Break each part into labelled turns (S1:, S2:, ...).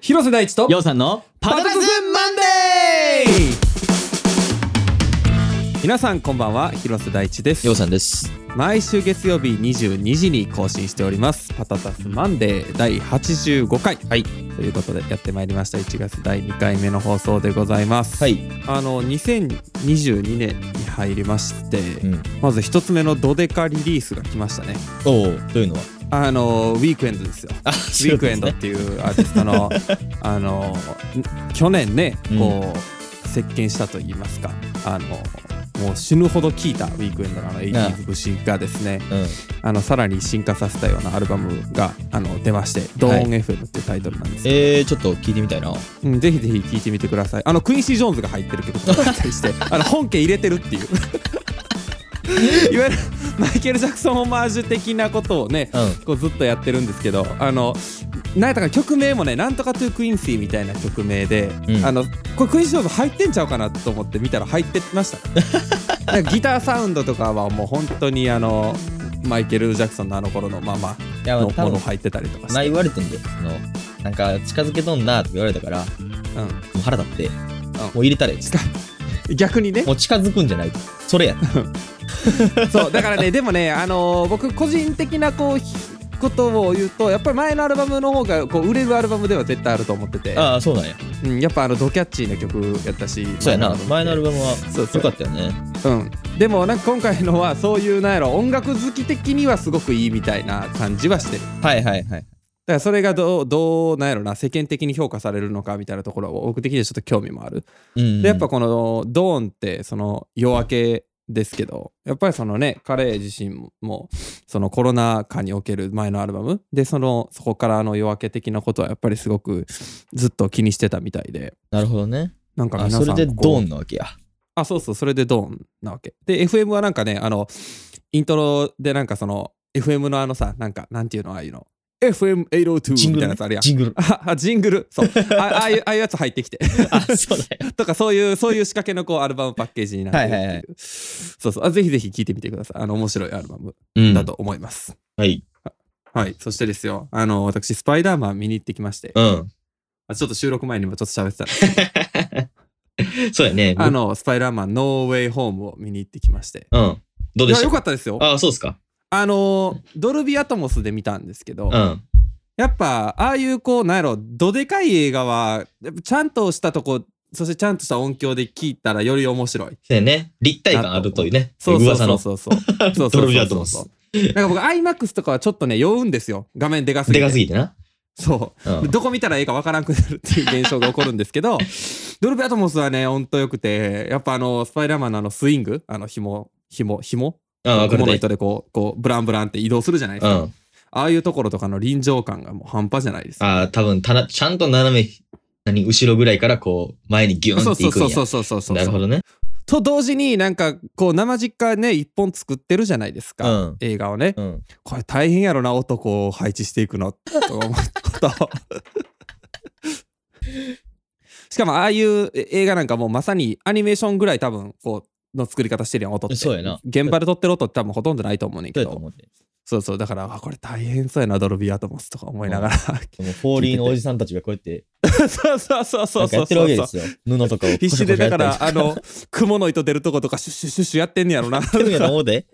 S1: 広瀬大地と
S2: ようさんのパタタズマンデ
S1: 皆さんこんばんは広瀬大地です
S2: ーようさんです。
S1: 毎週月曜日22時に更新しておりますパタタスマンデー第85回
S2: はい
S1: ということでやってまいりました1月第2回目の放送でございます
S2: はい。
S1: あの2022年に入りまして、
S2: うん。
S1: まず一つ目のドデカリリースが来ましたね
S2: おお、というのは。
S1: あのウィークエンドですよ
S2: あ、ウ
S1: ウィークエンドっていうアーティスト のあの去年ねこう、席巻したと言いますかあのもう死ぬほど聴いたウィークエンドのあの
S2: ああ
S1: 80s 節がですね
S2: うん。
S1: あのさらに進化させたようなアルバムがあの出まして「ドーン FM」っていうタイトルなんですけど、
S2: えー、ちょっと聞いてみたいな。は
S1: うんぜひぜひ聴いてみてくださいあのクインシー・ジョーンズが入ってる曲とかだったりして あの本家入れてるっていう いわゆるマイケル・ジャクソンオマージュ的なことをね、
S2: うん
S1: こうずっとやってるんですけどあのなんやったか曲名もね「なんとかトゥ・クインシー」みたいな曲名で、
S2: うん
S1: あのこれクインシー・ジョーンズ入ってんちゃうかなと思って見たら入ってました なんかギターサウンドとかはもう本当にあのマイケル・ジャクソンのあの頃のまあま
S2: い
S1: あ
S2: やまあ
S1: のも
S2: 多
S1: の
S2: 分
S1: 入ってたりとかし
S2: な
S1: て、
S2: 言われてんで、その、なんか近づけとんなって言われたから、も
S1: う
S2: う腹立って、もう入れたれ。
S1: ん、逆にね
S2: もう近づくんじゃない。それや。
S1: そうだからねでもねあのー僕個人的なこうひことを言うとやっぱり前のアルバムの方がこう売れるアルバムでは絶対 あると思ってて、
S2: ああ、そうなんや。
S1: うん、やっぱあのドキャッチーな曲やったし
S2: そうやな。前のアル
S1: バ
S2: バムは
S1: そうそう
S2: 良かったよね。
S1: ム、うん、でもなんか今回のはそういうなんやろ音楽好き的にはすごくいいみたいな感じはしてる
S2: はいはいはい。
S1: だからそれがどうどうなんやろな世間的に評価されるのかみたいなところを僕的にはちょっと興味もある、
S2: うん
S1: でやっぱこのドーンってその夜明けですけどやっぱりそのね彼自身もそのコロナ禍における前のアルバムでそのそこからの夜明け的なことはやっぱりすごくずっと気にしてたみたいで
S2: なるほどね。
S1: なんか
S2: あ、
S1: 皆さん
S2: それでドー
S1: ン
S2: ンなわけや。
S1: あそうそうそれでドーンなわけで FM はなんかねあのイントロでなんかその FM のあのさなんかなんていうのああいうの FM802
S2: ジン
S1: み
S2: グ
S1: たいな
S2: ル
S1: やつある
S2: ね。
S1: やん
S2: ジングル。
S1: ああジングルそうあああいう ああいうやつ入ってきて
S2: あ、そうだ よ。
S1: とかそういうそういう仕掛けのこうアルバムパッケージになってるっていう、
S2: はいはいはい
S1: そうそうあぜひぜひ聴いてみてくださいあの面白いアルバム
S2: う
S1: だ。と思います、
S2: はい。
S1: はいそしてですよあの私スパイダーマン見に行ってきまして
S2: うん。
S1: あちょっと収録前にもちょっと喋ってたんですけど
S2: そうやね。
S1: あのスパイダーマンノーウェイホームを見に行ってきまして
S2: うん。ど
S1: い
S2: うで
S1: や
S2: し
S1: よ
S2: た
S1: かったですよあ
S2: ああ、そうっすか。
S1: のドルビーアトモスで見たんですけど、
S2: うん。
S1: やっぱああいうこうなんやろどでかい映画はやっぱちゃんとしたとこそしてちゃんとした音響で聞いたらより面白い
S2: そうやね。立体感あるというね。
S1: そうそう
S2: 噂
S1: そ
S2: の
S1: う。そうそう。そうそうそうそう
S2: ドルビーアトモス
S1: なんか僕 IMAX とかはちょっとね酔うんですよ。画面でかすぎて。
S2: でかすぎてな。
S1: そうう。
S2: ん。
S1: どこ見たらええかわからなくなるっていう現象が起こるんですけ ど、ドルビーアトモスはね、ほんとよくて、やっぱあの、スパイダーマンのあのスイング、あの紐、紐、紐
S2: ああ、分か
S1: の
S2: るね。
S1: 糸でこう、こう、ブランブランって移動するじゃないです
S2: う
S1: か。
S2: ん。
S1: ああいうところとかの臨場感がもう半端じゃないですか。
S2: ああ、多分たな、ちゃんと斜め、何、後ろぐらいからこう、前にギュー
S1: そ
S2: ン
S1: う
S2: ってい
S1: そう
S2: くんや。
S1: そうそうそうそうそう。
S2: なるほどね。
S1: と同時になんかこう生実家ね一本作ってるじゃないです
S2: う
S1: か、
S2: ん。
S1: 映画をね、
S2: うん。
S1: これ大変やろな男を配置していくのと思ったこと しかもああいう映画なんかもうまさにアニメーションぐらい多分こうの作り方してるやん音って
S2: そうやな
S1: 現場で撮ってる音って多分ほとんどないと思うねん
S2: そう
S1: け
S2: やと
S1: ど
S2: 思って。
S1: そうそうだからあこれ大変そうやなドルビーアトモスとか思いながら、
S2: もうフォーリーのおじさんたちがこうやって、
S1: そうそうそうそ
S2: な
S1: うん
S2: かや
S1: そ
S2: っ
S1: う
S2: てるわ
S1: そ
S2: けで
S1: う
S2: すよ。布とかを。
S1: 必死でだから
S2: あ
S1: あの雲の糸出るとことかシュッシュッシュッシュやってんねや ろな
S2: やってるんやと思う で。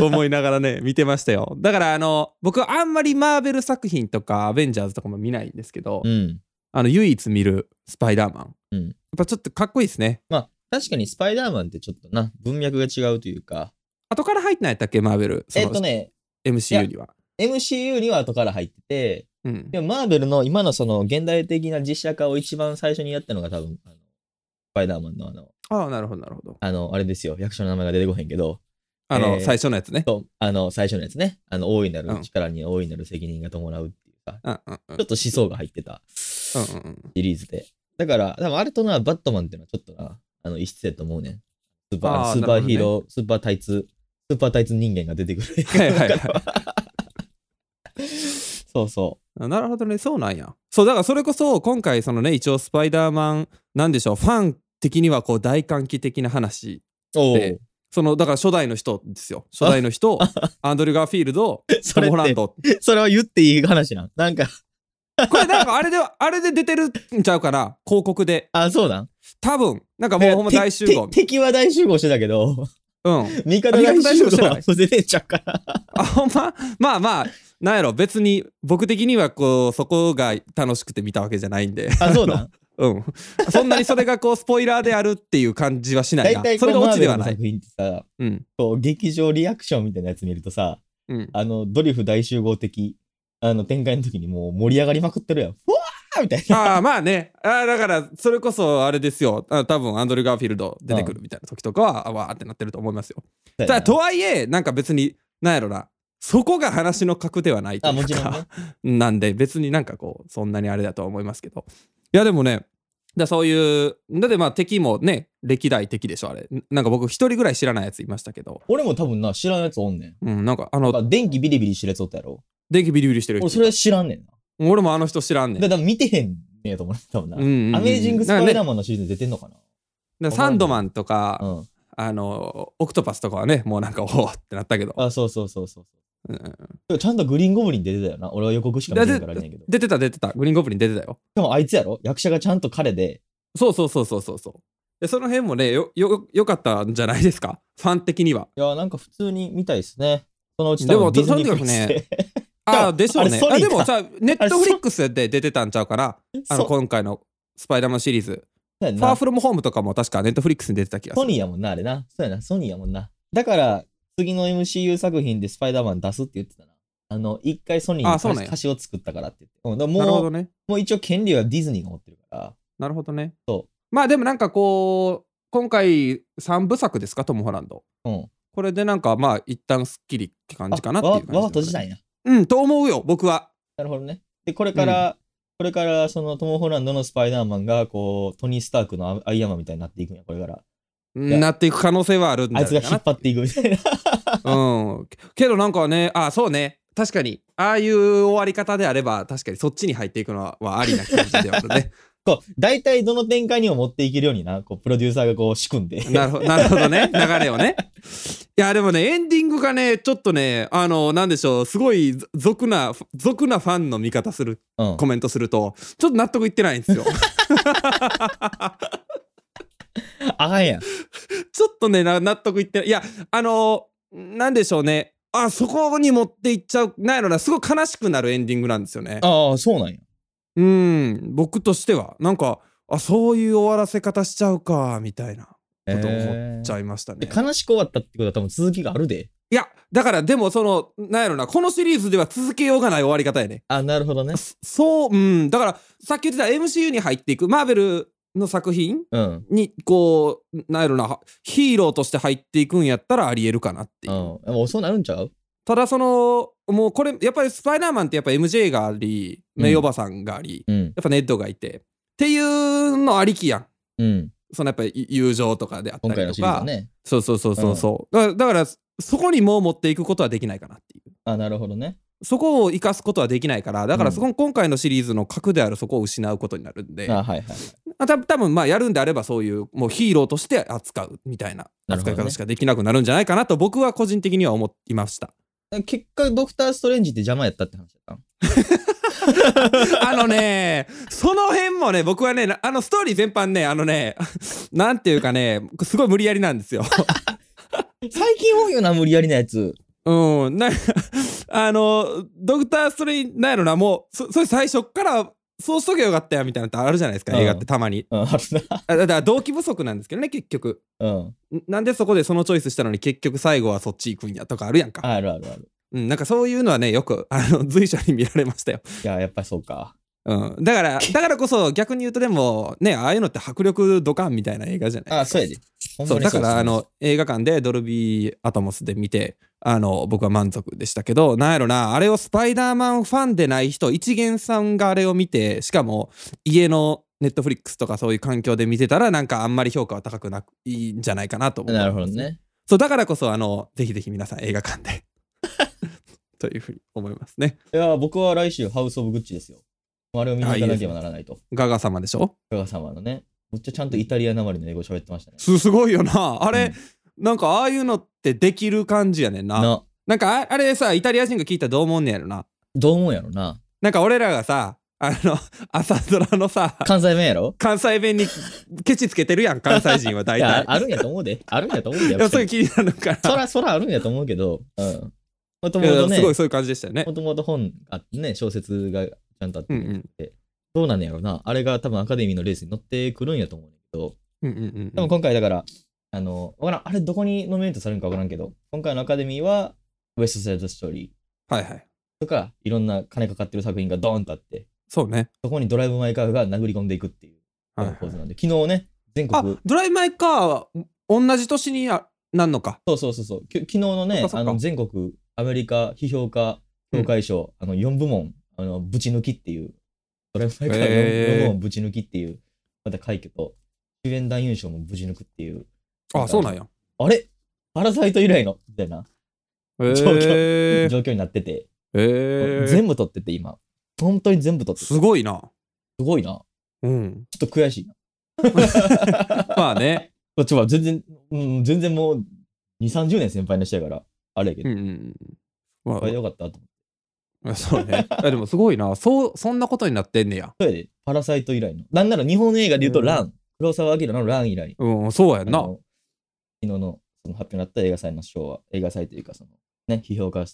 S1: 思いながらね見てましたよだからあの僕あんまりマーベル作品とかアベンジャーズとかも見ないんですけど、
S2: うん。
S1: あの唯一見るスパイダーマン、
S2: うん
S1: やっぱちょっとかっこいいですね
S2: まあ、確かにスパイダーマンってちょっとな、文脈が違うというか。
S1: 後から入ってないやったっけマーベルそ
S2: え
S1: の、
S2: っとね、
S1: MCU には
S2: MCU には後から入ってて、
S1: うん
S2: でもマーベルの今のその現代的な実写化を一番最初にやったのが多分、あのスパイダーマンのあの、
S1: ああなるほどなるほど
S2: あの、あれですよ、役所の名前が出てこへんけど、
S1: あの、
S2: えー
S1: 最初のやつね
S2: そうあの、最初のやつね、あの、大いな
S1: うん
S2: る力に大いなる責任が伴うっていうか、
S1: うんうんうん
S2: ちょっと思想が入ってたシ
S1: うんうんうん
S2: リーズで。だから、多分あれとな、バットマンっていうのはちょっとな、あの、異質やと思うねん。スーパー、
S1: あー
S2: スーパーヒー
S1: なる
S2: ロー、スーパータイツ、スーパータイツ人間が出てくる。
S1: はいはいはい
S2: そうそ
S1: なるほどねそうなんやそうだからそれこそ今回そのね一応スパイダーマンなんでしょうファン的にはこう大歓喜的な話
S2: う。お
S1: で
S2: お。
S1: そのだから初代の人ですよ初代の人アンドリュー・ガーフィールド
S2: そ
S1: ト
S2: れ
S1: ム・ホ
S2: っ
S1: ラン
S2: て、
S1: ド
S2: それは言っていい話なん。なんか、
S1: これなんかあれで、あれで出てるんちゃうかな広告で。
S2: あ、そうなん
S1: 多分、なんかもうほんま大集合
S2: て。て敵は大集合してたけど、
S1: うん。
S2: 味方大集合
S1: あ味方大集合してない
S2: は出てんちゃう から。
S1: あ、ほんままあまあ、なんやろ、別に、僕的にはこう、そこが楽しくて見たわけじゃないんで。
S2: あ、そうなん
S1: うん。そんなにそれがこう、スポイラーであるっていう感じはしない
S2: 大
S1: な。
S2: 体
S1: そ
S2: こ
S1: れが
S2: うマ
S1: オ
S2: ー
S1: チで
S2: ベル
S1: は
S2: の
S1: ない
S2: 作。品ってさ、
S1: うん。
S2: こう劇場リアクションみたいなやつ見るとさ、
S1: うん。
S2: あの、ドリフ大集合的、あの、展開の時にもう盛り上がりまくってるやん。ふわーみたいな。
S1: ああ、まあね。あーだから、それこそあれですよ。あ多分アンドリュー・ガーフィールド出てくるみたいな時とかは、あわーってなってると思いますよ。ただ、とはいえ、なんか別に、なんやろな。そこが話の核ではないと
S2: あ、
S1: い
S2: も
S1: う
S2: ちろんね
S1: か。。 なんで別になんかこうそんなにあれだとは思いますけどいやでもねだそういうだってまあ敵もね歴代敵でしょあれんなんか僕一人ぐらい知らないやついましたけど
S2: 俺も多分な、知らんやつおんねん。
S1: うんなんかあ
S2: な
S1: の
S2: んか電気ビリビリしてるやつおったやろ。
S1: 電気ビリビリしてる
S2: 俺
S1: 人
S2: それ知らんねんな。
S1: 俺もあの人知らんねん
S2: だから見てへんねやと思うな、多分な。
S1: うんうんうん
S2: アメージング・スパイダ
S1: なんか
S2: ーマンのシリーズ出てんのかな
S1: ねサンドマンと
S2: う
S1: か
S2: ん。
S1: あのオクトパスとかはねもうなんかおおってなったけど
S2: あ、そうそうそうそう
S1: うんうん
S2: そう。ちゃんとグリーンゴブリン出てたよな。俺は予告しか見てないからあれやけど。し
S1: 出てた出てたグリーンゴブリン出てたよ
S2: かもあいつやろ役者がちゃんと彼で。
S1: そうそうそうそうそうそうでその辺もねよよよかったんじゃないですかファン的にはい
S2: や、なんか普通に見たいですね。そのうち
S1: でも
S2: 多分ディズニー
S1: と
S2: プ
S1: にか
S2: ラ
S1: く
S2: ス
S1: ね
S2: で。
S1: ああでしょう
S2: あ
S1: ね
S2: れソニー
S1: あ
S2: か
S1: でもさネッ
S2: あれ
S1: ト
S2: ソ
S1: フリックスで出てたんちゃうかなあの
S2: そう
S1: 今回のスパイダーマンシリーズ。
S2: そうやん
S1: ファー
S2: な
S1: フロムホームとかも確かネットフリックスに出てた気がす
S2: ソ
S1: る。
S2: ニーやもんな、あれな。そうやな、ソニーやもんな。だから、次の MCU 作品でスパイダーマン出すって言ってたな。あの、一回ソニー
S1: あそうなん
S2: に
S1: や
S2: 歌詞を作ったからって言って。うん、だから
S1: なる
S2: も
S1: ほ
S2: う、
S1: どね。
S2: もう一応権利はディズニーが持ってるから。
S1: なるほどね。
S2: そ
S1: まあでもなんかこう今回3部作ですかトム・ホランド。
S2: うん。
S1: これでなんかまあ一旦すっきりって感じかなっていう感じ、
S2: わわ閉じたんや。
S1: うんと思うよ僕は。
S2: なるほどね。で、これから、これから、そのトム・ホランドのスパイダーマンが、こう、トニー・スタークのアアイアンマンみたいになっていくんや、これから。
S1: うんなっていく可能性はあるん
S2: あ
S1: だ
S2: いつが引っ張っていくみたいな。
S1: うん。けどなんかねあそうね確かにああいう終わり方であれば確かにそっちに入っていくのははありな感じではあるね。
S2: こう、大体どの展開にも持っていけるようにな、こう、プロデューサーがこう、仕組ん で。
S1: なるほど、 なるほどね。流れをね。いや、でもね、エンディングがね、ちょっとね、あの、なんでしょう、すごいぞ俗な、俗なファンの見方する、
S2: うん。
S1: コメントすると、ちょっと納得いってないん ですよ。
S2: あかんやん。
S1: ちょっとね、な納得いってない。いや、あの、なんでしょうね。あ、そこに持っていっちゃう、ないのな、すごい悲しくなるエンディングなんですよね。
S2: ああ、そうなんや。
S1: うん、僕としては、なんか、あ、そういう終わらせ方しちゃうか、みたいなことを思っちゃいましたね。
S2: で悲しく終わったってことは多分続きがあるで。
S1: いや、だからでもその、なんやろな、このシリーズでは続けようがない終わり方やね。
S2: あ、なるほどね。
S1: そそう、うん、だからさっき言ってた MCU に入っていく、マーベルの作品
S2: うん。
S1: に、こう、なんやろな、ヒーローとして入っていくんやったらありえるかなって
S2: う
S1: い
S2: ん。
S1: う。
S2: もうそうなるんちゃう
S1: ただその、もうこれ、やっぱりスパイダーマンってやっぱ MJ があり、
S2: うん
S1: メイおばさんがあり、
S2: うん。
S1: やっぱネッドがいて、っていうのありきやん。
S2: うん。
S1: そのやっぱり友情とかであった
S2: 今回
S1: り
S2: の
S1: と
S2: シリーズ
S1: か、
S2: はね。
S1: そうそうそうそうそう、だからだからそこにもう持っていくことはできないかなっていう
S2: あ、なるほどね。
S1: そこを生かすことはできないからだからそこ、今回のシリーズの核であるそこを失うことになるんで
S2: あ、はいはい。
S1: あた多分まあやるんであればそういうもうヒーローとして扱うみたいな
S2: なる
S1: 扱
S2: ほどね
S1: い方しかできなくなるんじゃないかなと僕は個人的には思いました
S2: 結果、ドクター・ストレンジって邪魔やったって話だっ
S1: あのねその辺もね僕はねなあのストーリー全般ねあのねなんていうかねすごい無理やりなんですよ
S2: たん最近多いよな、無理やりなやつ。
S1: うんなあのドクター・ストレインなんやろなもうそそれ最初っからそうしとけばよかったよみたいなのってあるじゃないですか映画ってたまに
S2: うん、ある
S1: あだから動機不足なんですけどね結局
S2: な。うん。
S1: んなんでそこでそのチョイスしたのに結局最後はそっち行くんやとかあるやんか、
S2: あるあるある。
S1: うん、なんかそういうのはねよくあの随所に見られましたよ、
S2: いや、やっぱりそうか。
S1: うん、だからだからこそ逆に言うとでもねああいうのって迫力ドカンみたいな映画じゃない
S2: あ、そうやで。ほんま
S1: そう
S2: に
S1: だか
S2: そう
S1: らあ、の映画館でドルビーアトモスで見てあの僕は満足でしたけどなんやろなあれをスパイダーマンファンでない人一元さんがあれを見てしかも家のネットフリックスとかそういう環境で見てたらなんかあんまり評価は高くなくいいんじゃないかなと思う
S2: なるほどね。
S1: そうだからこそあのぜひぜひ皆さん映画館で というふうに思いますね
S2: いや、僕は来週、ハウス・オブ・グッチですよ。あれを見に行かなければならないと。
S1: ガガ様でしょ
S2: 加賀様のね。むっちゃちゃんとイタリアなまりの英語喋ってましたね。
S1: すすごいよなあれ
S2: うん、
S1: なんかああいうのってできる感じやねんな
S2: な、
S1: なんかああれさイタリア人が聞いたらどう思うねやろな
S2: どう思うんやろな。
S1: なんか俺らがさあの、朝ドラのさ、
S2: 関西弁やろ
S1: 関西弁にケチつけてるやん、関西人はい大体。
S2: や、あるんやと思うで。あるんやと思う で。
S1: い
S2: や
S1: や、
S2: っぱ
S1: それ
S2: り
S1: 気になるから。
S2: そら、そらあるんやと思うけど、うん。もとも
S1: い
S2: と
S1: や
S2: ね
S1: すご、いそういう感じでしたよね
S2: も。ともと本あってね、小説がちゃんとあって、
S1: うんうん。
S2: どうなんやろうな。あれが多分アカデミーのレースに乗ってくるんやと思うんだけど、
S1: うんうんうんうん。
S2: でも今回だから、あの、わからん、あれどこにノミネートされるのかわからんけど、今回のアカデミーは、ウエストサイドストーリー
S1: はいはい。
S2: とか、いろんな金かかってる作品がドーンとあって、
S1: そうね。
S2: そこにドライブ・マイ・カーが殴り込んでいくっていう
S1: は
S2: 構
S1: いは
S2: 図
S1: い
S2: なんで、昨日ね、全
S1: あ
S2: 国、、
S1: ドライマイカーは同じ年にあなんのか。
S2: そうそうそうそう、き昨日のね
S1: そっか、そっ
S2: あ
S1: か
S2: の全国、アメリカ批評家協会賞、あの4部門、あのぶち抜きっていう、ドライブ・マイ・カーの
S1: へー
S2: 4部門ぶち抜きっていう、また快挙と、主演男優賞もぶち抜くっていう、
S1: あ、そうなんや。
S2: あれパラサイト以来のみたいな
S1: えー、
S2: 状況
S1: え
S2: 状況になってて。
S1: ー、
S2: 全部取ってて今本当に全部取ってて
S1: すごいな。
S2: すごいな
S1: うん。
S2: ちょっと悔しいな
S1: まあね。
S2: こっちは全然、うん、全然もう2 3 0年先輩の人やからあれやけ
S1: う
S2: ど、
S1: んうんうん。ま
S2: あよかったと思って
S1: あ、そうね。あでもすごいな。そう、そんなことになってんねや。
S2: それでパラサイト以来のなんなら日本映画で言うと「
S1: うん
S2: ラン」黒澤明の「ラン」以来
S1: うん、そうやん
S2: あ
S1: な。
S2: の昨日のその発表になった映画祭の賞は映画祭というかそのね批評家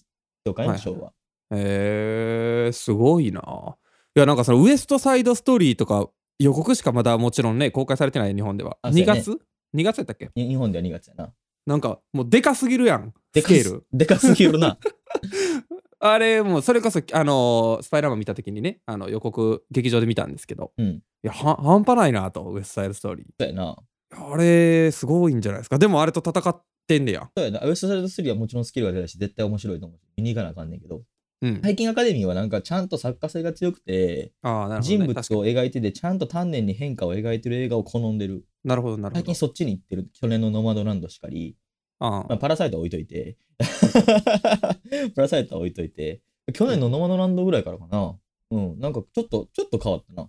S2: 評会の賞は、
S1: えー、すごいな。いや、なんかそのウエストサイドストーリーとか予告しかまだもちろんね、公開されてない日本では。
S2: あそう
S1: 2
S2: やね
S1: 月 ?2 月やったっけ
S2: に日本では2月やな
S1: なんかもうでかすぎるやん。
S2: で
S1: ス
S2: かす
S1: ケール。
S2: でかすぎるな
S1: あれ、もうそれこそ、あのースパイダーマン見たときにね、あの予告、劇場で見たんですけど、
S2: うん
S1: いや、は半端ないなと、ウエストサイドストーリ
S2: そうやな
S1: ー。あれ、すごいんじゃないですか。でもあれと戦ってんねや。
S2: そうやなウエストサイド3はもちろんスキルが出るし絶対面白いと思うし見に行かなあかんねんけど
S1: うん。
S2: 最近アカデミーはなんかちゃんと作家性が強くて、
S1: ああ、なるほど、
S2: 人
S1: ね。
S2: 物を
S1: 確かに
S2: 描いててちゃんと丹念に変化を描いてる映画を好んでる
S1: なるほど、なるほ
S2: 最
S1: ど
S2: 近。そっちに行ってる去年の「ノマドランド」しかり、
S1: あ
S2: まあ、パラサイトは置いといて パラサイトは置いといて去年の「ノマドランド」ぐらいからかなうんなんかちょっとちょっと変わったな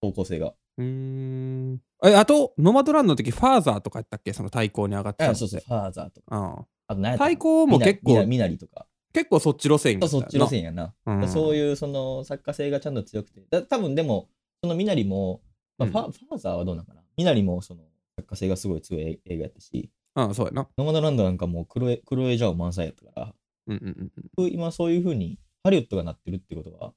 S2: 方向性が
S1: うーん。え、あと、ノマドランドの時、ファーザーとかやったっけその対抗に上がってたの
S2: あ
S1: って
S2: そうそうファーザーとか
S1: うん
S2: あと何やった
S1: 対抗も結
S2: みな
S1: 構、
S2: みなりとか
S1: 結構そっち路線やった
S2: そ
S1: よ
S2: っ
S1: な
S2: ち路線やな
S1: うん
S2: そういうその作家性がちゃんと強くて、だ多分でも、そのみなりも、まあ
S1: うん
S2: ファファーザーはどうなのかなみなりもその作家性がすごい強い映画やったし、
S1: うん、そうやな。
S2: ノマドランドなんかもう黒エ黒エジャオ満載やったから、
S1: うんうんうんうん。
S2: 今そういうふうにハリウッドがなってるってことは、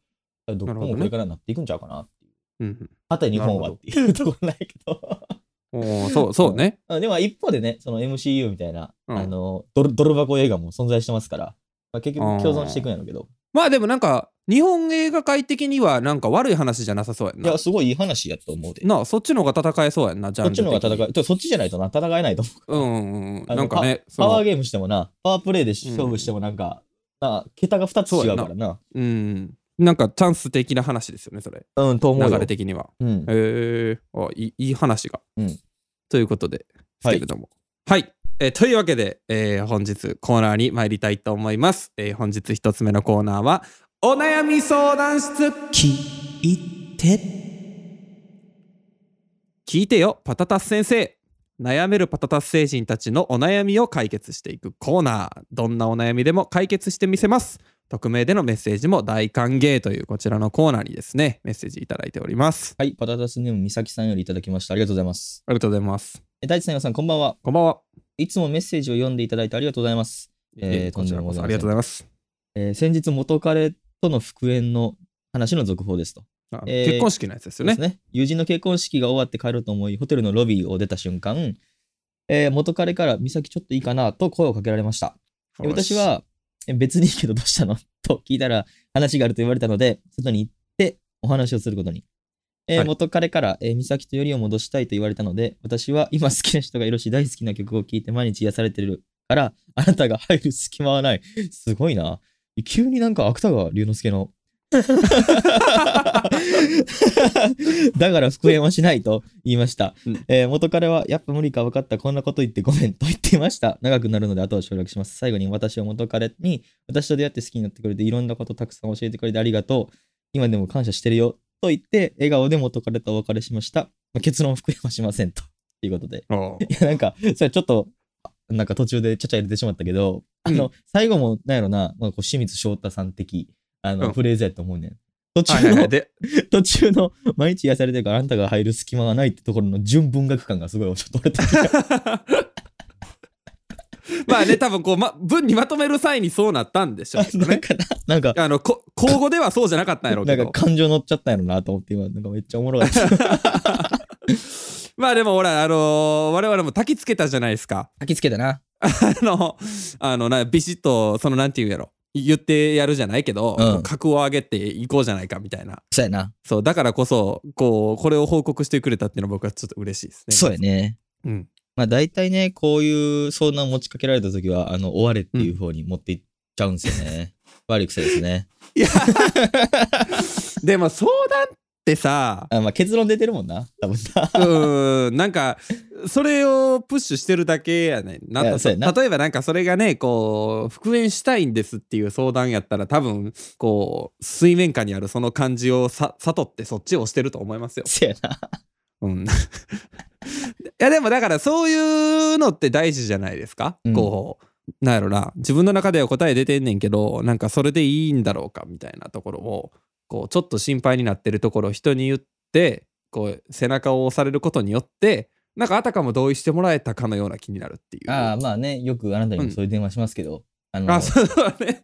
S2: どこ
S1: なるほどね
S2: もこれからなっていくんちゃうかなっていう。
S1: うん
S2: あと日本はっていうところないけど。
S1: うん、おーそうそうね。
S2: あでも一方でね、その MCU みたいな、
S1: うん
S2: あのドルドル箱映画も存在してますから、まあ、結
S1: あ
S2: 局
S1: ー
S2: 共存していくんやろうけど、
S1: まあでもなんか、日本映画界的にはなんか悪い話じゃなさそうやん
S2: い
S1: な
S2: や、。すごいいい話やと思うで。
S1: なあそっちの方が戦えそうやんな、じゃ
S2: そっちの方が戦え、ちょそっちじゃないとな、戦えないと思うか
S1: う
S2: ら。
S1: んうんう
S2: あ
S1: ん。
S2: の
S1: なんかね、そ
S2: パワー
S1: の、
S2: ゲームしてもな、パワープレイで勝負してもなんか、なあ桁が2つ違うからな。
S1: うん。なんかチャンス的な話ですよね、それ。
S2: うん、と思うよ。
S1: 流れ的には。
S2: うん。
S1: へえあいいいい話が、
S2: うん
S1: ということでですけれどもはい、えーというわけで、えー本日コーナーに参りたいと思います、えー本日一つ目のコーナーはお悩み相談室
S2: 聞いて。
S1: 聞いてよパタタス先生悩めるパタタス星人たちのお悩みを解決していくコーナーどんなお悩みでも解決してみせます匿名でのメッセージも大歓迎というこちらのコーナーにですねメッセージいただいております
S2: はい、パタタスネームみさきさんよりいただきました。ありがとうございます。
S1: ありがとうございます
S2: え大地さん、皆さん、こんばんは。
S1: こんばんはい
S2: つもメッセージを読んでいただいてありがとうございます。えー
S1: こちらこそありがとうございます
S2: えー先日、元彼との復縁の話の続報ですと。
S1: あ
S2: えー
S1: 結婚式のやつですよ
S2: で
S1: ね
S2: す。ね。友人の結婚式が終わって帰ろうと思い、ホテルのロビーを出た瞬間、えー元彼から、みさきちょっといいかなと声をかけられました。で私は、え別にいいけどどうしたの と聞いたら、話があると言われたので、外に行ってお話をすることに。えー
S1: はい
S2: 元彼から、えー、美咲とよりを戻したいと言われたので、私は今好きな人がいるし、大好きな曲を聴いて毎日癒されてるから、あなたが入る隙間はない。すごいな。急になんか芥川龍之 介の。 だから復縁はしないと言いました、
S1: うん
S2: えー元彼はやっぱ無理か分かったこんなこと言ってごめんと言っていました長くなるので後を省略します最後に私は元彼に私と出会って好きになってくれていろんなことたくさん教えてくれてありがとう今でも感謝してるよと言って笑顔で元彼とお別れしました、まあ結論復縁はしませんということで
S1: おう
S2: いや、なんか、それちょっと、なんか途中でちゃちゃ入れてしまったけど、あの、最後も、なんやろな、まあ、こう清水翔太さん的、あの、
S1: うん
S2: フレーズやと思うねん。途中
S1: はい
S2: の、
S1: はいはいで
S2: 途中の毎日癒されてるからあんたが入る隙間がないってところの純文学感がすごいちょっと俺と
S1: まあね多分こう、ま、文にまとめる際にそうなったんでしょうけ ど
S2: なん
S1: ね
S2: かななんか
S1: あのこ口語ではそうじゃなかったんやろう
S2: な
S1: け
S2: ん
S1: ど
S2: か感情乗っちゃったんやろなと思って今なんかめっちゃおもろかった
S1: まあでもほらあのー我々も焚きつけたじゃないですか
S2: 焚きつけたな
S1: あのあのなビシッとそのなんて言うやろ言ってやるじゃないけど、
S2: うん
S1: 格を上げていこうじゃないかみたいな
S2: そうやな
S1: そうだからこそこうこれを報告してくれたっていうのは僕はちょっと嬉しいですね
S2: そうやね
S1: うん、
S2: まあ大体ねこういう相談持ちかけられた時はあの終われっていう方に持っていっちゃうんですよね、悪い癖ですね
S1: いや でも相談ってさ
S2: あまあ結論出てるもんな多分な
S1: うーんなんかそれをプッシュしてるだけやねんない
S2: や
S1: と
S2: そうやな
S1: 例えばなんかそれがねこう復縁したいんですっていう相談やったら多分こう水面下にあるその感じをさ悟ってそっちを押してると思いますよ。
S2: そうやな
S1: うん、い やでもだからそういうのって大事じゃないですか、
S2: うん
S1: こうなんやろな自分の中では答え出てんねんけどなんかそれでいいんだろうかみたいなところをこうちょっと心配になってるところを人に言ってこう背中を押されることによってなんかあたかも同意してもらえたかのような気になるっていう
S2: ああまあねよくあなたにもそういう電話しますけど、あの
S1: あそうだね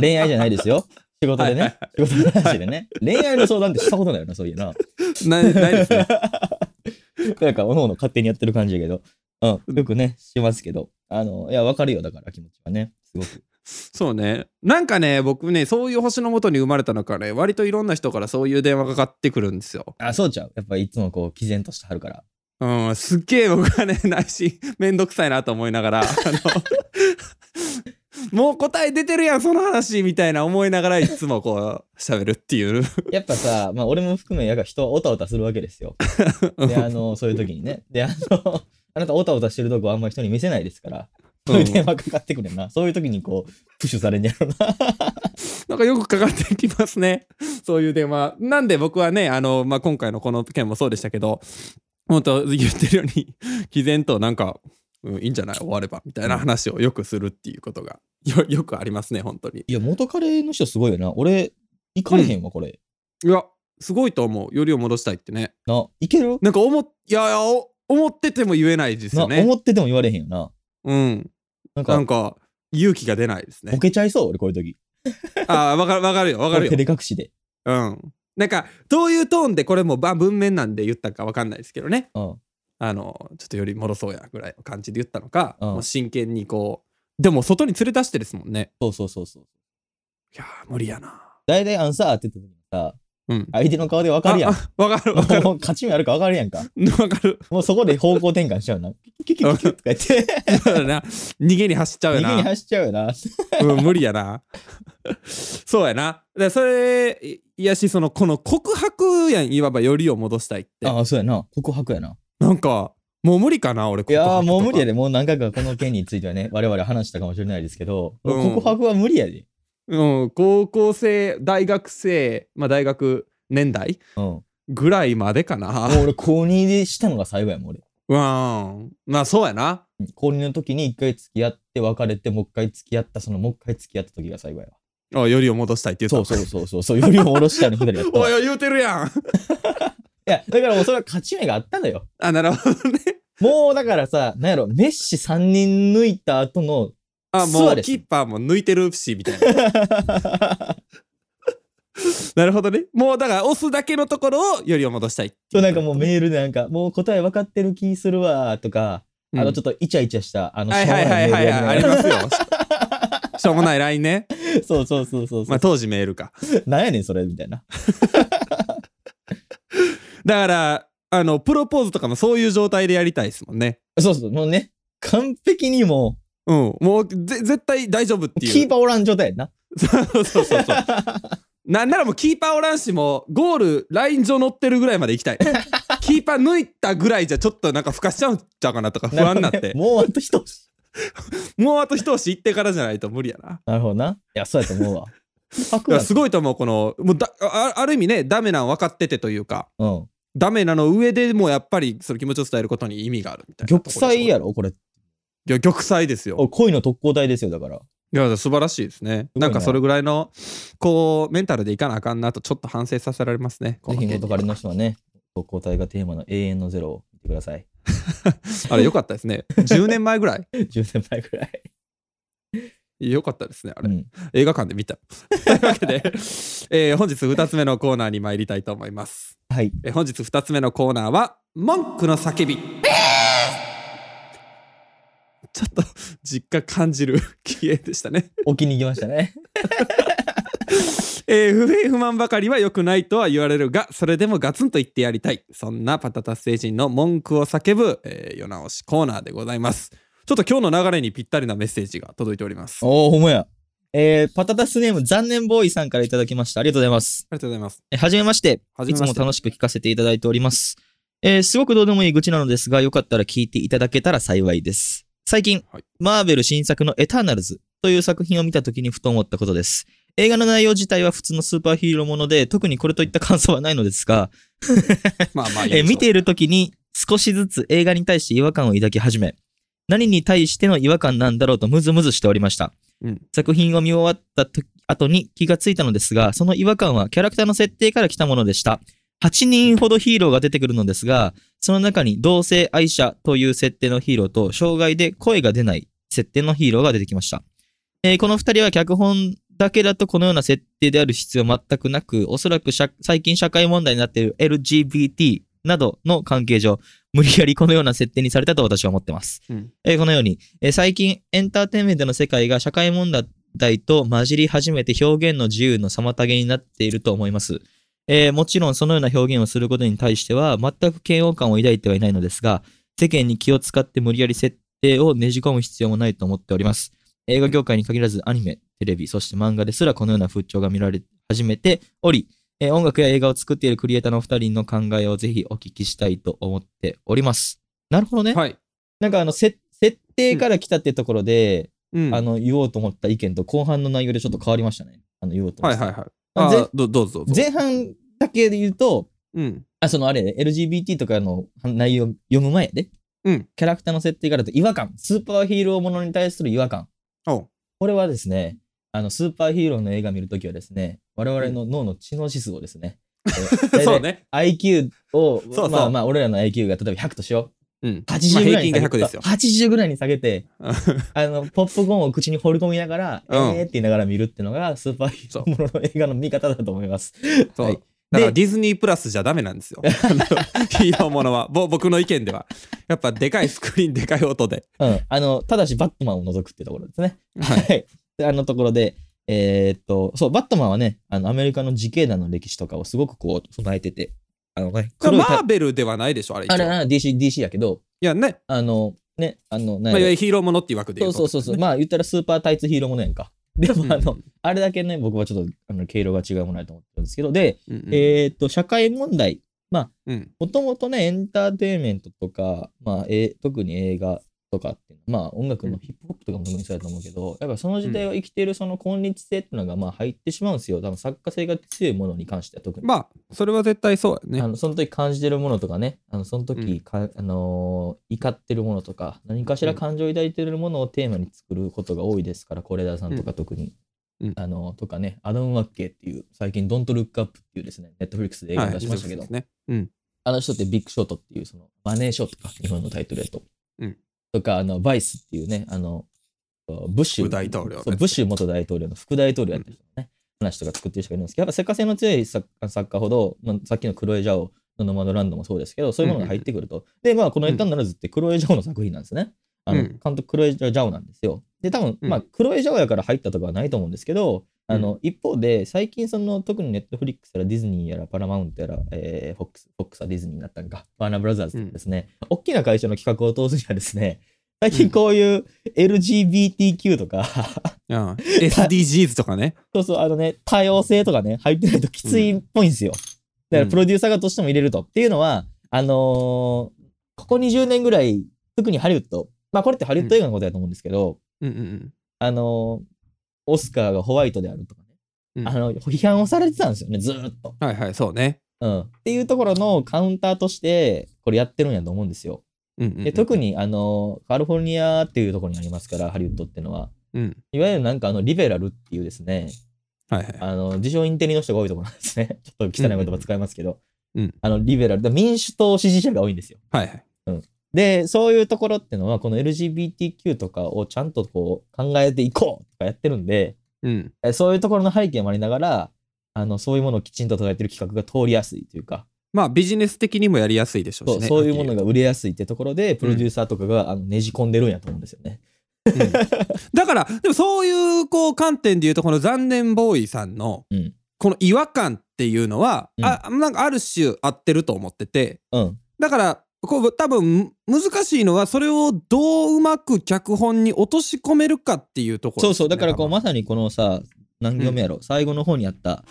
S2: 恋愛じゃない ですよ。仕事でね。仕事の話でね。恋愛の相談ってしたことないよな、そういうな。
S1: ないないですね
S2: なんか、おのおの勝手にやってる感じやけど。うん。よくね、しますけど。あの、いや、わかるよ、だから気持ちはね。すごく。
S1: そうねなんかね僕ねそういう星のもとに生まれたのかね割といろんな人からそういう電話がかかってくるんですよ
S2: あ、そうちゃう。やっぱいつもこう、毅然としてはるから。
S1: うん、すっげえ僕はね 内心めんどくさいなと思いながらあの もう答え出てるやんその話みたいな思いながらいつもこう喋るっていう
S2: やっぱさ、まあ、俺も含め、やっぱ人はおたおたするわけです よ。で、あの、そういう時にね。で、あの、あなたおたおたしてるとこあんま人に見せないですから。そういう 電話かかってくるよな。そういう時にこう、プッシュされんねやろな。
S1: なんかよくかかってきますねそういう電話なんで僕はねあの、まあ、今回のこの件もそうでしたけど本当言ってるように毅然となんか、うん、いいんじゃない終わればみたいな話をよくするっていうことがよよくありますね本当に
S2: いや、元カレの人すごいよな。俺、行かれへんわ、これ。
S1: いやすごいと思うよりを戻したいってね
S2: な、いける
S1: なんか思っいやいやお思ってても言えないです
S2: な、
S1: よね。
S2: 思ってても言われへんよな。
S1: うん。
S2: なんか、
S1: なんか勇気が出ないです
S2: ボ
S1: ね。
S2: ケちゃいそう、俺、こういう時。
S1: ああわかるわかるよわかる
S2: 手
S1: よ。
S2: で隠しで。
S1: うん。なんかどういうトーンでこれもまあ文面なんで言ったかわかんないですけどね。
S2: うん。
S1: あのちょっとより戻そうやぐらいの感じで言ったのか、
S2: うん
S1: もう真剣にこうでも外に連れ出してですもんね。
S2: そうそうそうそう。
S1: いやー無理やな。
S2: 大体アンサーって言った時にさ、
S1: うん。
S2: 相手の顔でわかるやん。
S1: ああわかるわかる
S2: もう勝ち目あるかわかるやんか。
S1: わかる。
S2: もうそこで方向転換しちゃうな。キュキュキュキュキュとか言って、
S1: そうだ な逃げに走っちゃうよ
S2: 右
S1: な。
S2: に走っちゃうよな。
S1: うん、無理やな。そうやな。でそれいいやしそのこの告白やんいわばよりを戻したいって
S2: ああ、そうやな。告白やな。
S1: なんかもう無理かな俺
S2: い
S1: 告白とか
S2: やー、もう無理やで。もう何回かこの件についてはね、我々話したかもしれないですけど、
S1: うん
S2: もう告白は無理やで。
S1: うん、高校生大学生、まあ、大学年代
S2: うん。も
S1: ぐらいまでか
S2: う
S1: な。
S2: 俺、高2でしたのが最後やもん、俺。
S1: うわんまあそうやな。
S2: 高2の時に一回付き合って別れてもう一回付き合ったそのもう一回付き合った時が最後やわ
S1: あよりを戻したいって言
S2: そ
S1: っ
S2: う
S1: た
S2: そうそうそうそうよりも下ろしたの左やった
S1: お
S2: わい
S1: いおい言うてるやん。
S2: やだからもうそれは勝ち目があったのよ
S1: あなるほどね。
S2: もうだからさなんやろメッシ3人抜いた後 の
S1: あも
S2: そう
S1: う
S2: です
S1: キッパーも抜いてるしみたいな。 なるほどね。もうだから押すだけのところをよりを戻したいってい
S2: そうなんかもうメールでなんかもう答え分かってる気するわとか、
S1: うん
S2: あのちょっとイチャイチャしたあの
S1: はいはいはいはいはい、あり
S2: が
S1: ますよ。ししょうもない LINE ね。
S2: らそうそうそうそうそ
S1: ま
S2: う、
S1: あ当時メールか。
S2: なんやねんそれみたいな
S1: だから、あの、プロポーズとかもそういう状態でやりたいですもんね。
S2: そうそうもうね完璧にも
S1: うん。もうぜ、絶対大丈夫っ
S2: う
S1: て
S2: キ
S1: い
S2: ー
S1: う。
S2: パーおらん状態やんな
S1: そうそうそうそう。なんならもうキーパーおらんし、もうゴール、ライン上乗ってるぐらいまで行きた い。キーパー抜いたぐらいじゃちょっとなんかふかしちゃうんちゃうかなとか不安になっ
S2: るほどね
S1: て。
S2: もうあと一押し
S1: もうあと一押し行ってからじゃないと無理やな。
S2: なるほどな。いや、そうやと思うわ。
S1: いやす
S2: い。
S1: ごいと思う、この、もうだあある意味ね、ダメなん分かっててというか。
S2: うん。
S1: ダメなの上でもやっぱりその気持ちを伝えることに意味があるみたいな
S2: 玉砕や
S1: ろ
S2: ろ、これ。
S1: いや玉砕ですよ
S2: お恋の特攻隊ですよ、だから。
S1: いや素晴らしいですね
S2: ごいね
S1: なんかそれぐらいのこうメンタルでいかなあかんなとちょっと反省させられますねこ
S2: ぜ
S1: の
S2: ひ
S1: 件
S2: 元彼の人はね、特攻隊がテーマの永遠のゼロを見てくだ さい。
S1: あれ良かったですね10年 前ぐらい
S2: 10年前ぐらい。
S1: 良かったですねあれ、
S2: うん
S1: 映画館で見た というわけで、えー本日2つ目のコーナーに参りたいと思います
S2: はい。
S1: えー本日2つ目のコーナーは「文句の叫び」ちょっと実家感じる 気鋭でしたね、
S2: お気に入りました ね。
S1: えー不平不満ばかりは良くないとは言われるがそれでもガツンと言ってやりたいそんなパタタ星人の文句を叫ぶ、えー世直しコーナーでございますちょっと今日の流れにぴったりなメッセージが届いておりますあ
S2: おお、ほんまや。えー、パタタスネーム、残念ボーイさんからいただきました。ありがとうございます。
S1: りがとうございます
S2: えはじめまして。
S1: はい
S2: つも楽しく聞かせていただいております。えーすごくどうでもいい愚痴なのですが、よかったら聞いていただけたら幸いです。最近、
S1: はい
S2: マーベル新作のエターナルズという作品を見た時にふと思ったことです。映画の内容自体は普通のスーパーヒーローもので、特にこれといった感想はないのですが、
S1: まあまあいいでし
S2: え
S1: ょう
S2: 見ている時に少しずつ映画に対して違和感を抱き始め何に対しての違和感なんだろうとムズムズしておりました、
S1: うん
S2: 作品を見終わった時後に気がついたのですがその違和感はキャラクターの設定から来たものでした8人ほどヒーローが出てくるのですがその中に同性愛者という設定のヒーローと障害で声が出ない設定のヒーローが出てきました、えーこの2人は脚本だけだとこのような設定である必要は全くなく、おそらく社最近社会問題になっている LGBT などの関係上、無理やりこのような設定にされたと私は思ってます。
S1: うん
S2: えーこのように、えー最近エンターテインメントの世界が社会問題と混じり始めて表現の自由の妨げになっていると思います。えーもちろんそのような表現をすることに対しては全く嫌悪感を抱いてはいないのですが、世間に気を使って無理やり設定をねじ込む必要もないと思っております。映画業界に限らずアニメ、テレビ、そして漫画ですらこのような風潮が見られ始めており、えー音楽や映画を作っているクリエイターのお二人の考えをぜひお聞きしたいと思っております。なるほどね。
S1: はい、
S2: なんかあの、せ設定から来たってところで、
S1: うん、
S2: あの、言おうと思った意見と後半の内容でちょっと変わりましたね。あの、言おうと思
S1: は
S2: っ
S1: い
S2: た。
S1: はいはいあー
S2: ぜ
S1: どどうぞどうぞ
S2: 前半だけで言うと、
S1: うん
S2: あ、そのあれ、LGBT とかの内容読む前で、
S1: うん
S2: キャラクターの設定からだと違和感、スーパーヒーローものに対する違和感。
S1: おう
S2: これはですね、あの、スーパーヒーローの映画見るときはですね、我々の脳の知能指数をで すね、えー大体
S1: そうね
S2: IQ を、
S1: そうそう
S2: まあまあ、俺らの IQ が例えば100としよ
S1: うん
S2: う。80ぐらいに
S1: まあ平均が
S2: 下
S1: 100
S2: げて、
S1: ですよ
S2: 80ぐらいに下げて、あの、ポップコーンを口に放り込みながら、
S1: うん
S2: えーって言いながら見るっていうのが、スーパーヒーローものの映画の見方だと思います。
S1: そう、
S2: はい
S1: だから
S2: で
S1: ディズニープラスじゃダメなん ですよあのヒーローものはぼ僕の意見ではやっぱでかいスクリーンでかい音で、
S2: うん。あの、ただし、バットマンを除くっていうところですね。
S1: はい
S2: はい。であのところで、えーっと、そう、バットマンはね、あの、アメリカの時系団の歴史とかをすごくこう、備えてて、あのね、
S1: これ
S2: 黒い
S1: マ
S2: た
S1: ーベルではないでしょあれ一応
S2: あれ、あれ DC、DC やけど、
S1: いやね、
S2: あの、ね、あの、
S1: ま
S2: な
S1: あ、い
S2: ん
S1: わゆ
S2: や
S1: るヒーローものっていう枠で
S2: そ
S1: 言
S2: う
S1: うと
S2: そうそうそう、まあ言ったらスーパータイツヒーローものやんか。でも、あの、
S1: うん
S2: あれだけね、僕はちょっと、あの、毛色が違うものやと思ってるんですけど、で、
S1: うんうん
S2: えーっと、社会問題、
S1: うん
S2: もともとね、エンターテインメントとか、まあ、えー特に映画とかっていうのまあ、音楽
S1: う
S2: の
S1: ん
S2: ヒップホップとかも特にそうだと思うけど、やっぱその時代を生きているその今日性っていうのが、まあ、入ってしまうんですよ。多分、作家性が強いものに関しては特に。
S1: まあそれは絶対そうや
S2: あ
S1: ね
S2: のその時感じてるものとかね、あのその
S1: うん
S2: 時か、あのー怒ってるものとか、何かしら感情を抱いてるものをテーマに作ることが多いですから、是枝さんとか特に。
S1: うん
S2: あのとかね、アダム・ワッケーっていう、最近、ドント・ルック・アップっていうですね、ネットフリックスで映画を出しましたけど
S1: はいそうです、ねうん
S2: あの人ってビッグショートっていう、その、マネーショートか、日本のタイトルやと。
S1: うん
S2: とか、あの、バイスっていうね、あの、ブッシュ。
S1: 副大統領のやつ
S2: そうブッシュ元大統領の副大統領やった人のね、話とか作ってる人がいるんですけど、やっぱ作家性の強い作作家ほど、まあ、さっきのクロエジャオのノマドランドもそうですけど、そういうものが入ってくると。で、まあ、このエターナルズってクロエジャオの作品なんですね。あの、
S1: うん
S2: 監督クロエジャオなんですよ。で、多分、
S1: うん
S2: まあ、クロエジャオやから入ったとかはないと思うんですけど、あの、一方で、最近、その、特にネットフリックスやらディズニーやらパラマウントやら、えー、フォックス、フォックスはディズニーになったんか、ワーナーブラザーズとかですね、大きな会社の企画を通すにはですね、最近こういう LGBTQ とか、
S1: うん SDGs とかね
S2: そうそう、あのね、多様性とかね、入ってないときついっぽいんですよ。だか
S1: うん
S2: ら、プロデューサーがどうしても入れると。っていうのは、あのーここ20年ぐらい、特にハリウッド、まあ、これってハリウッド映画のことだと思うんですけど、
S1: うんうん
S2: あのーオスカーがホワイトであるとかね、
S1: うん
S2: あの、批判をされてたんですよね、ずーっと。
S1: うんはいはいそうね
S2: うん。っていうところのカウンターとして、これやってるんやと思うんですよ。
S1: うんうんうん
S2: で特に、あのーカリフォルニアっていうところにありますから、ハリウッドってのは。
S1: うん。
S2: いわゆるなんかあのリベラルっていうですね、
S1: はいはい。
S2: あの自称インテリの人が多いところなんですね。 ちょっと汚い言葉使いますけど、
S1: うん
S2: あのリベラル、だから民主党支持者が多いんですよ。
S1: はいはい。
S2: で、そういうところってのは、この LGBTQ とかをちゃんとこう考えていこうとかやってるんで、
S1: うん。
S2: えそういうところの背景もありながら、あのそういうものをきちんと捉えてる企画が通りやすいというか、
S1: まあビジネス的にもやりやすいでしょう
S2: そ
S1: し
S2: う
S1: ね。
S2: そういうも
S1: は
S2: の
S1: っ
S2: が売れやすいってところで、プロデューサーとかがあのねじ込んでるんやと思うんですよね。
S1: きり言えば。うんだから、でもそういうこう観点で言うと、この残念ボーイさんの
S2: うん、
S1: この違和感っていうのは、あなんかある種合ってると思ってて、
S2: うん、
S1: だから、こう多分難しいのはそれをどううまく脚本に落とし込めるかっていうところ
S2: そう
S1: です
S2: そ
S1: よ
S2: う、
S1: ね、
S2: だからこ
S1: 多
S2: う
S1: 分
S2: まさにこのさ、何行目やろ、最後の方にあった、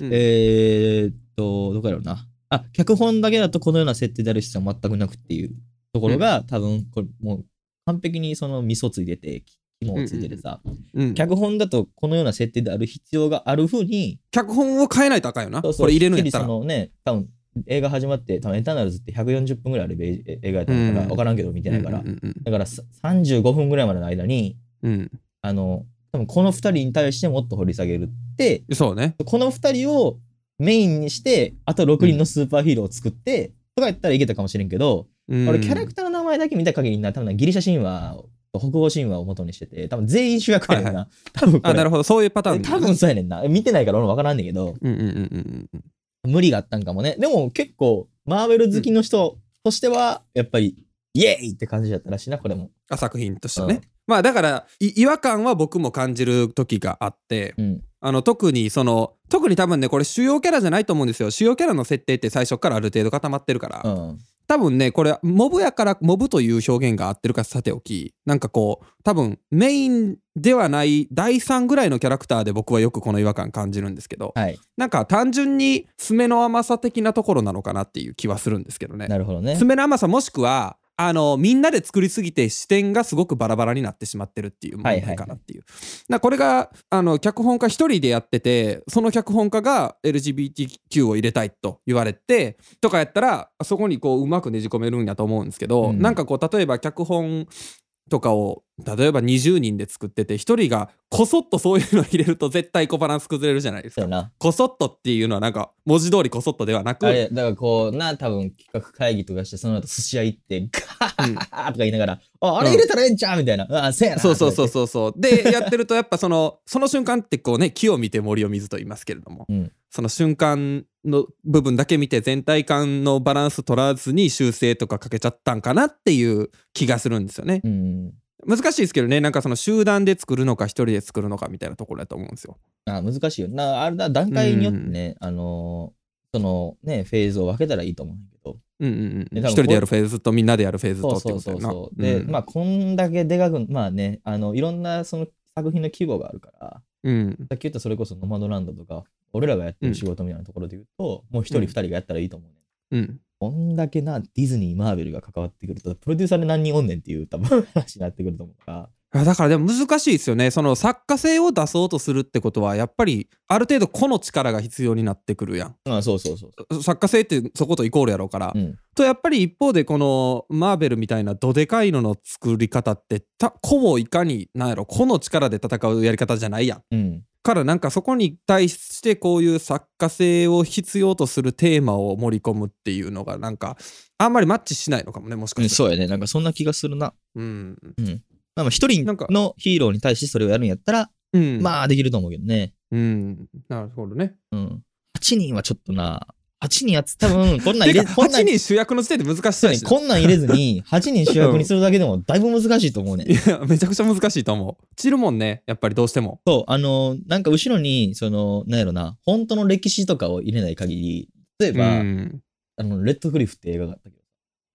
S1: うん
S2: えー、っと、どこやろうな。あ、脚本だけだとこのような設定である必要は全くなくっていうところが、多分これもう完璧にその味噌ついてて、肝をついててさ、
S1: うん
S2: 脚本だとこのような設定である必要があるふうに、
S1: 脚本を変えないとあかんよな
S2: そうそう
S1: これ入れるんやった
S2: きっ
S1: ら
S2: ちりそのね、多分映画始まって、多分エターナルズって140分ぐらいある映映画やったのか
S1: う
S2: ら、
S1: ん
S2: わからんけど見てないから、
S1: うんうん
S2: だからさ35分ぐらいまでの間に、
S1: うん
S2: あの、多分この2人に対してもっと掘り下げるって、
S1: うんそうね
S2: この2人をメインにして、あと6人のスーパーヒーローを作って、とかやったらいけたかもしれんけど、
S1: うん
S2: 俺、キャラクターの名前だけ見た限りな、多分なギリシャ神話と北欧神話を元にしてて、多分全員主役やねんな。
S1: はい
S2: 多分これ
S1: あなるほどそういうパターン
S2: 多分そうやねんな。見てないから俺も分からんねんけど、
S1: うんうんうんうんうん
S2: 無理があったんかもね。でも結構、マーベル好きの人としては、やっぱり、イエーイって感じだったらしいな、これも。
S1: あ作品として
S2: う
S1: ね
S2: ん
S1: まあだからい違和感は僕も感じる時があって
S2: うん。
S1: あの特にその特に多分ねこれ主要キャラじゃないと思うんですよ主要キャラの設定って最初からある程度固まってるから、
S2: うん。
S1: 多分ねこれモブやからモブという表現が合ってるかさておきなんかこう多分メインではない第3ぐらいのキャラクターで僕はよくこの違和感感じるんですけど
S2: はい。
S1: なんか単純に爪の甘さ的なところなのかなっていう気はするんですけどね
S2: なるほどね。
S1: 爪の甘さもしくはあのみんなで作りすぎて視点がすごくバラバラになってしまってるっていう問
S2: はいはい
S1: 題かなっていう、なこれがあの脚本家一人でやっててその脚本家が LGBTQ を入れたいと言われてとかやったらそこにこううまくねじ込めるんやと思うんですけど、
S2: うん
S1: なんかこう例えば脚本とかを例えば20人で作ってて一人がこそっとそういうの入れると絶対こうバランス崩れるじゃないです
S2: そう
S1: か
S2: や。な。
S1: こそっとっていうのはなんか文字通りこそっとではなく
S2: あれ、だからこうな、多分企画会議とかして、その後寿司屋行って、ガーッとか言いながら、あ、あれ入れたらええんちゃうみたいな。あ、せやな。
S1: そうそうそうそうそう でやってるとやっぱそのその瞬間ってこうね木を見て森を見ずと言いますけれども、
S2: うん
S1: その瞬間の部分だけ見て全体感のバランス取らずに修正とかかけちゃったんかなっていう気がするんですよね
S2: う。ん。
S1: 難しいですけどねなんかその集団で作るのか一人で作るのかみたいなところだと思うんですよ。
S2: あ、難しいよ。な、あれだ、段階によってね、あのー、そのね、フェーズを分けたらいいと思うんだけど。
S1: うんうんうん、
S2: で多分
S1: 一人でやるフェーズとみんなでやるフェーズと
S2: そう
S1: って
S2: そう
S1: こと
S2: そ
S1: や
S2: う
S1: な
S2: そう。で、
S1: うん
S2: まあ、こんだけでかく、まあね、あの、いろんなその作品の規模があるから、
S1: うん
S2: さっき言ったそれこそノマドランドとか、俺らがやってる仕事みたいなところで言うと、もう一人
S1: うん
S2: 二人がやったらいいと思うね。
S1: うん
S2: こんだけな、ディズニー、マーベルが関わってくると、プロデューサーで何人おんねんっていう、多分話になってくると思うから。
S1: いやだからでも難しいですよねその作家性を出そうとするってことはやっぱりある程度個の力が必要になってくるやん。
S2: まあ、そうそうそうそ
S1: 作家性ってそことイコールやろうから、
S2: う。うん。
S1: とやっぱり一方でこのマーベルみたいなどでかいのの作り方ってた個をいかになんやろ個の力で戦うやり方じゃないやん。
S2: うん。
S1: からなんかそこに対してこういう作家性を必要とするテーマを盛り込むっていうのがなんかあんまりマッチしないのかもねもしかしたら。
S2: そうやね。なんかそんな気がするな。
S1: うん
S2: まあまあ、一人
S1: なんか
S2: のヒーローに対してそれをやるんやったら、
S1: うん、あ、
S2: まあできると思うけどね。
S1: うん、なるほどね。
S2: うん。8人はちょっとな、8人やつ、多分こんなん
S1: て
S2: 入
S1: か
S2: れ、こんなん
S1: 8人主役の時点で難しいしな
S2: こんなん入れずに、8人主役にするだけでもだいぶ難しいと思うねん
S1: い。やめちゃくちゃ難しいと思う。散るもんねやっぱりどうしても。
S2: そう、あの、なんか後ろに、その、なんやろな、本当の歴史とかを入れない限り、例え
S1: う
S2: ば、
S1: ん
S2: あの、レッドクリフって映画があったけど、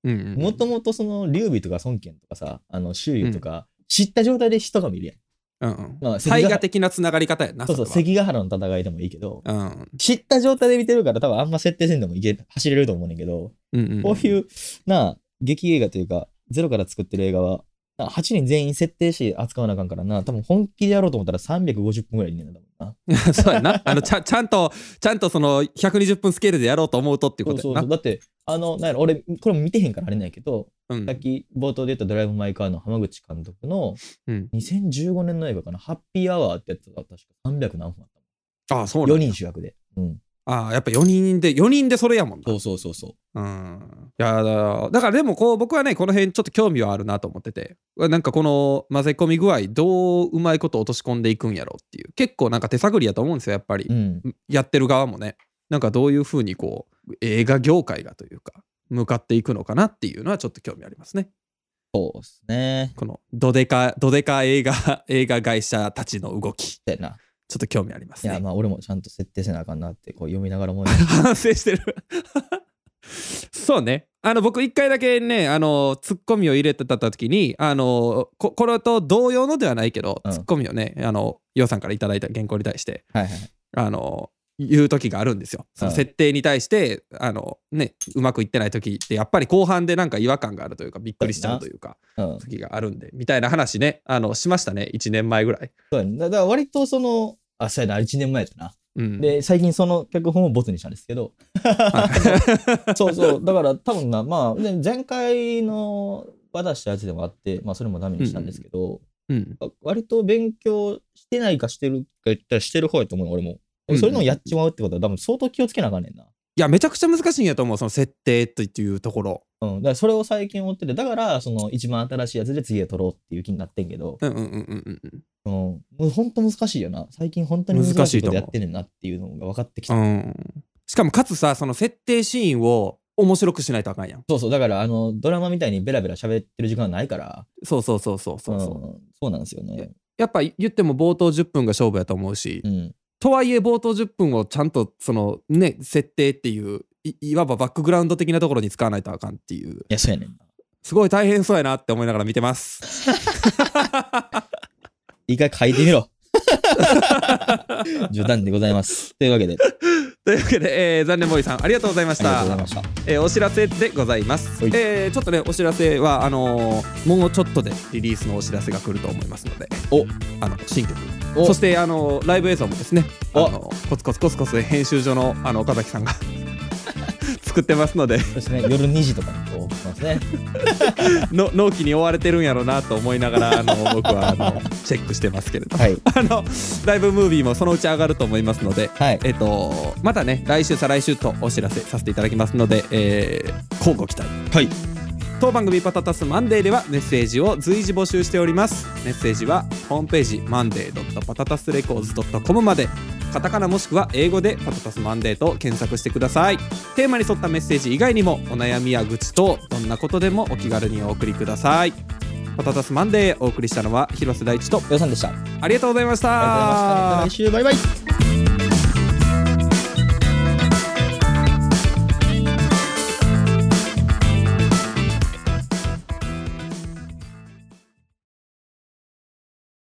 S1: うんうん
S2: もともとその、劉備とか孫権とかさ、あの、周囲とか、知った状態で人が見るやん。
S1: うんうん
S2: まあ関ヶ
S1: 絵画的なつながり方やな。
S2: そうそう、
S1: それは
S2: 関ヶ原の戦いでもいいけど、
S1: うん
S2: 知った状態で見てるから多分あんま設定せんでもいけ、走れると思うねんけど、
S1: うんうん、
S2: こういう、なあ、劇映画というか、ゼロから作ってる映画は、なあ8人全員設定して扱わなあかんからな、多分本気でやろうと思ったら350分ぐらいになるんだもんな。な。
S1: そうやなあのちゃちゃんとちゃんとその120分スケールでやろうと思うとっていうこ
S2: そう
S1: と
S2: そう
S1: や
S2: そう。
S1: な
S2: だって、あの、なんやろ、俺、これも見てへんからあれなんやけど、
S1: うん
S2: さっき冒頭で言ったドライブ・マイ・カーの浜口監督の
S1: うん
S2: 2015年の映画かな、ハッピーアワーってやつが確か300何本あっ
S1: ああそう
S2: た
S1: な
S2: の。4
S1: んだ
S2: 人主役で。うん。
S1: ああやっぱ4人で4人でそれやもんな
S2: そうそうそうそ
S1: う
S2: う。
S1: んいやだだからでもこう僕はねこの辺ちょっと興味はあるなと思っててなんかこの混ぜ込み具合どううまいこと落とし込んでいくんやろっていう結構なんか手探りやと思うんですよやっぱり、
S2: うん。
S1: やってる側もねなんかどういうふうにこう映画業界がというか向かっていくのかなっていうのはちょっと興味ありますね
S2: そうっすね。
S1: このドデカドデカ映画 映画会社たちの動き
S2: だよな。
S1: ちょっと興味ありま
S2: い
S1: す
S2: や、
S1: ね
S2: まあ俺もちゃんと設定せなあかんなって、こう読みながら思い
S1: 反省してる そうねあの僕一回だけねあのツッコミを入れてた時にあのここれと同様のではないけど、
S2: うん
S1: ツッコミをねあのヨウさんからいただいた原稿に対して
S2: はいはい。
S1: あの言う時があるんですよその
S2: はい
S1: 設定に対して、あのねうまくいってない時ってやっぱり後半でなんか違和感があるというかびっくりしちゃうというか
S2: うん。
S1: 時があるんでみたいな話ねあのしましたね1年前ぐらい、
S2: そうやねだだから割とその、あ、そうやな、1年前やったな。
S1: うん、
S2: で、最近その脚本をボツにしたんですけ ど、
S1: はい
S2: そうそう、だから多分な、まあ、で前回の話したやつでもあって、まあそれもダメにしたんですけど、
S1: うん
S2: 割と勉強してないかしてるか言ったらしてる方やと思うの俺も。
S1: うん
S2: それでもやっちまうってことは多分相当気をつけなあかんねんな。
S1: いやめちゃくちゃ難しいんやと思うその設定というところ
S2: うん、だからそれを最近思ってて、だからその一番新しいやつで次へ取ろうっていう気になってんけど、
S1: うんうんうんうんうん
S2: うん、もう本当難しいよな。最近本当に難
S1: 難
S2: し
S1: し
S2: い
S1: い
S2: ことと
S1: 思う
S2: やってんねんなっていうのが分かってきた。
S1: うんしかもかつさその設定シーンを面白くしないとあかんやん
S2: そうそう、だからあのドラマみたいにベラベラ喋ってる時間はないから、
S1: そうそうそうそうそうそう、
S2: うんそうなんですよね。
S1: やっぱ言っても冒頭10分が勝負やと思うし、
S2: うん、
S1: とはいえ冒頭10分をちゃんとそのね設定っていういいわばバックグラウンド的なところに使わないとあかんっていう
S2: いや、そうやねんな。
S1: すごい大変そうやなって思いながら見てます
S2: 一回書いて みろ。 冗談でございます。というわけで、あり
S1: というわけで、えー残念ボーイさんありがとうございまし
S2: がと
S1: た
S2: うございました。
S1: えーお知らせでございます、
S2: はい
S1: えーちょっとねお知らせはあのーもうちょっとでリリースのお知らせが来ると思いますので
S2: お
S1: あの新曲
S2: お
S1: そしてあのーライブ映像もですねあ
S2: お
S1: のコツコツコツコツ編集所のあの岡崎さんが 作ってますので
S2: そうですね、夜2時とかにこう来ますね。
S1: の納期に追われてるんやろうなと思いながらあの 僕はあのチェックしてますけれど
S2: はい。
S1: あのライブムービーもそのうち上がると思いますので、
S2: はい。
S1: えっと、またね来週再来週とお知らせさせていただきますので、えー、交互期待
S2: はい。
S1: 当番組「パタタスマンデー」ではメッセージを随時募集しておりますメッセージはホームページ monday.patatasrecords.com までカタカナもしくは英語で「パタタスマンデー」と検索してくださいテーマに沿ったメッセージ以外にもお悩みや愚痴等どんなことでもお気軽にお送りくださいパタタスマンデーお送りしたのは広瀬大地と
S2: 予算でした。あり
S1: ありがとうございまし
S2: がとうございました。また
S1: た
S2: 来週、バイバイ。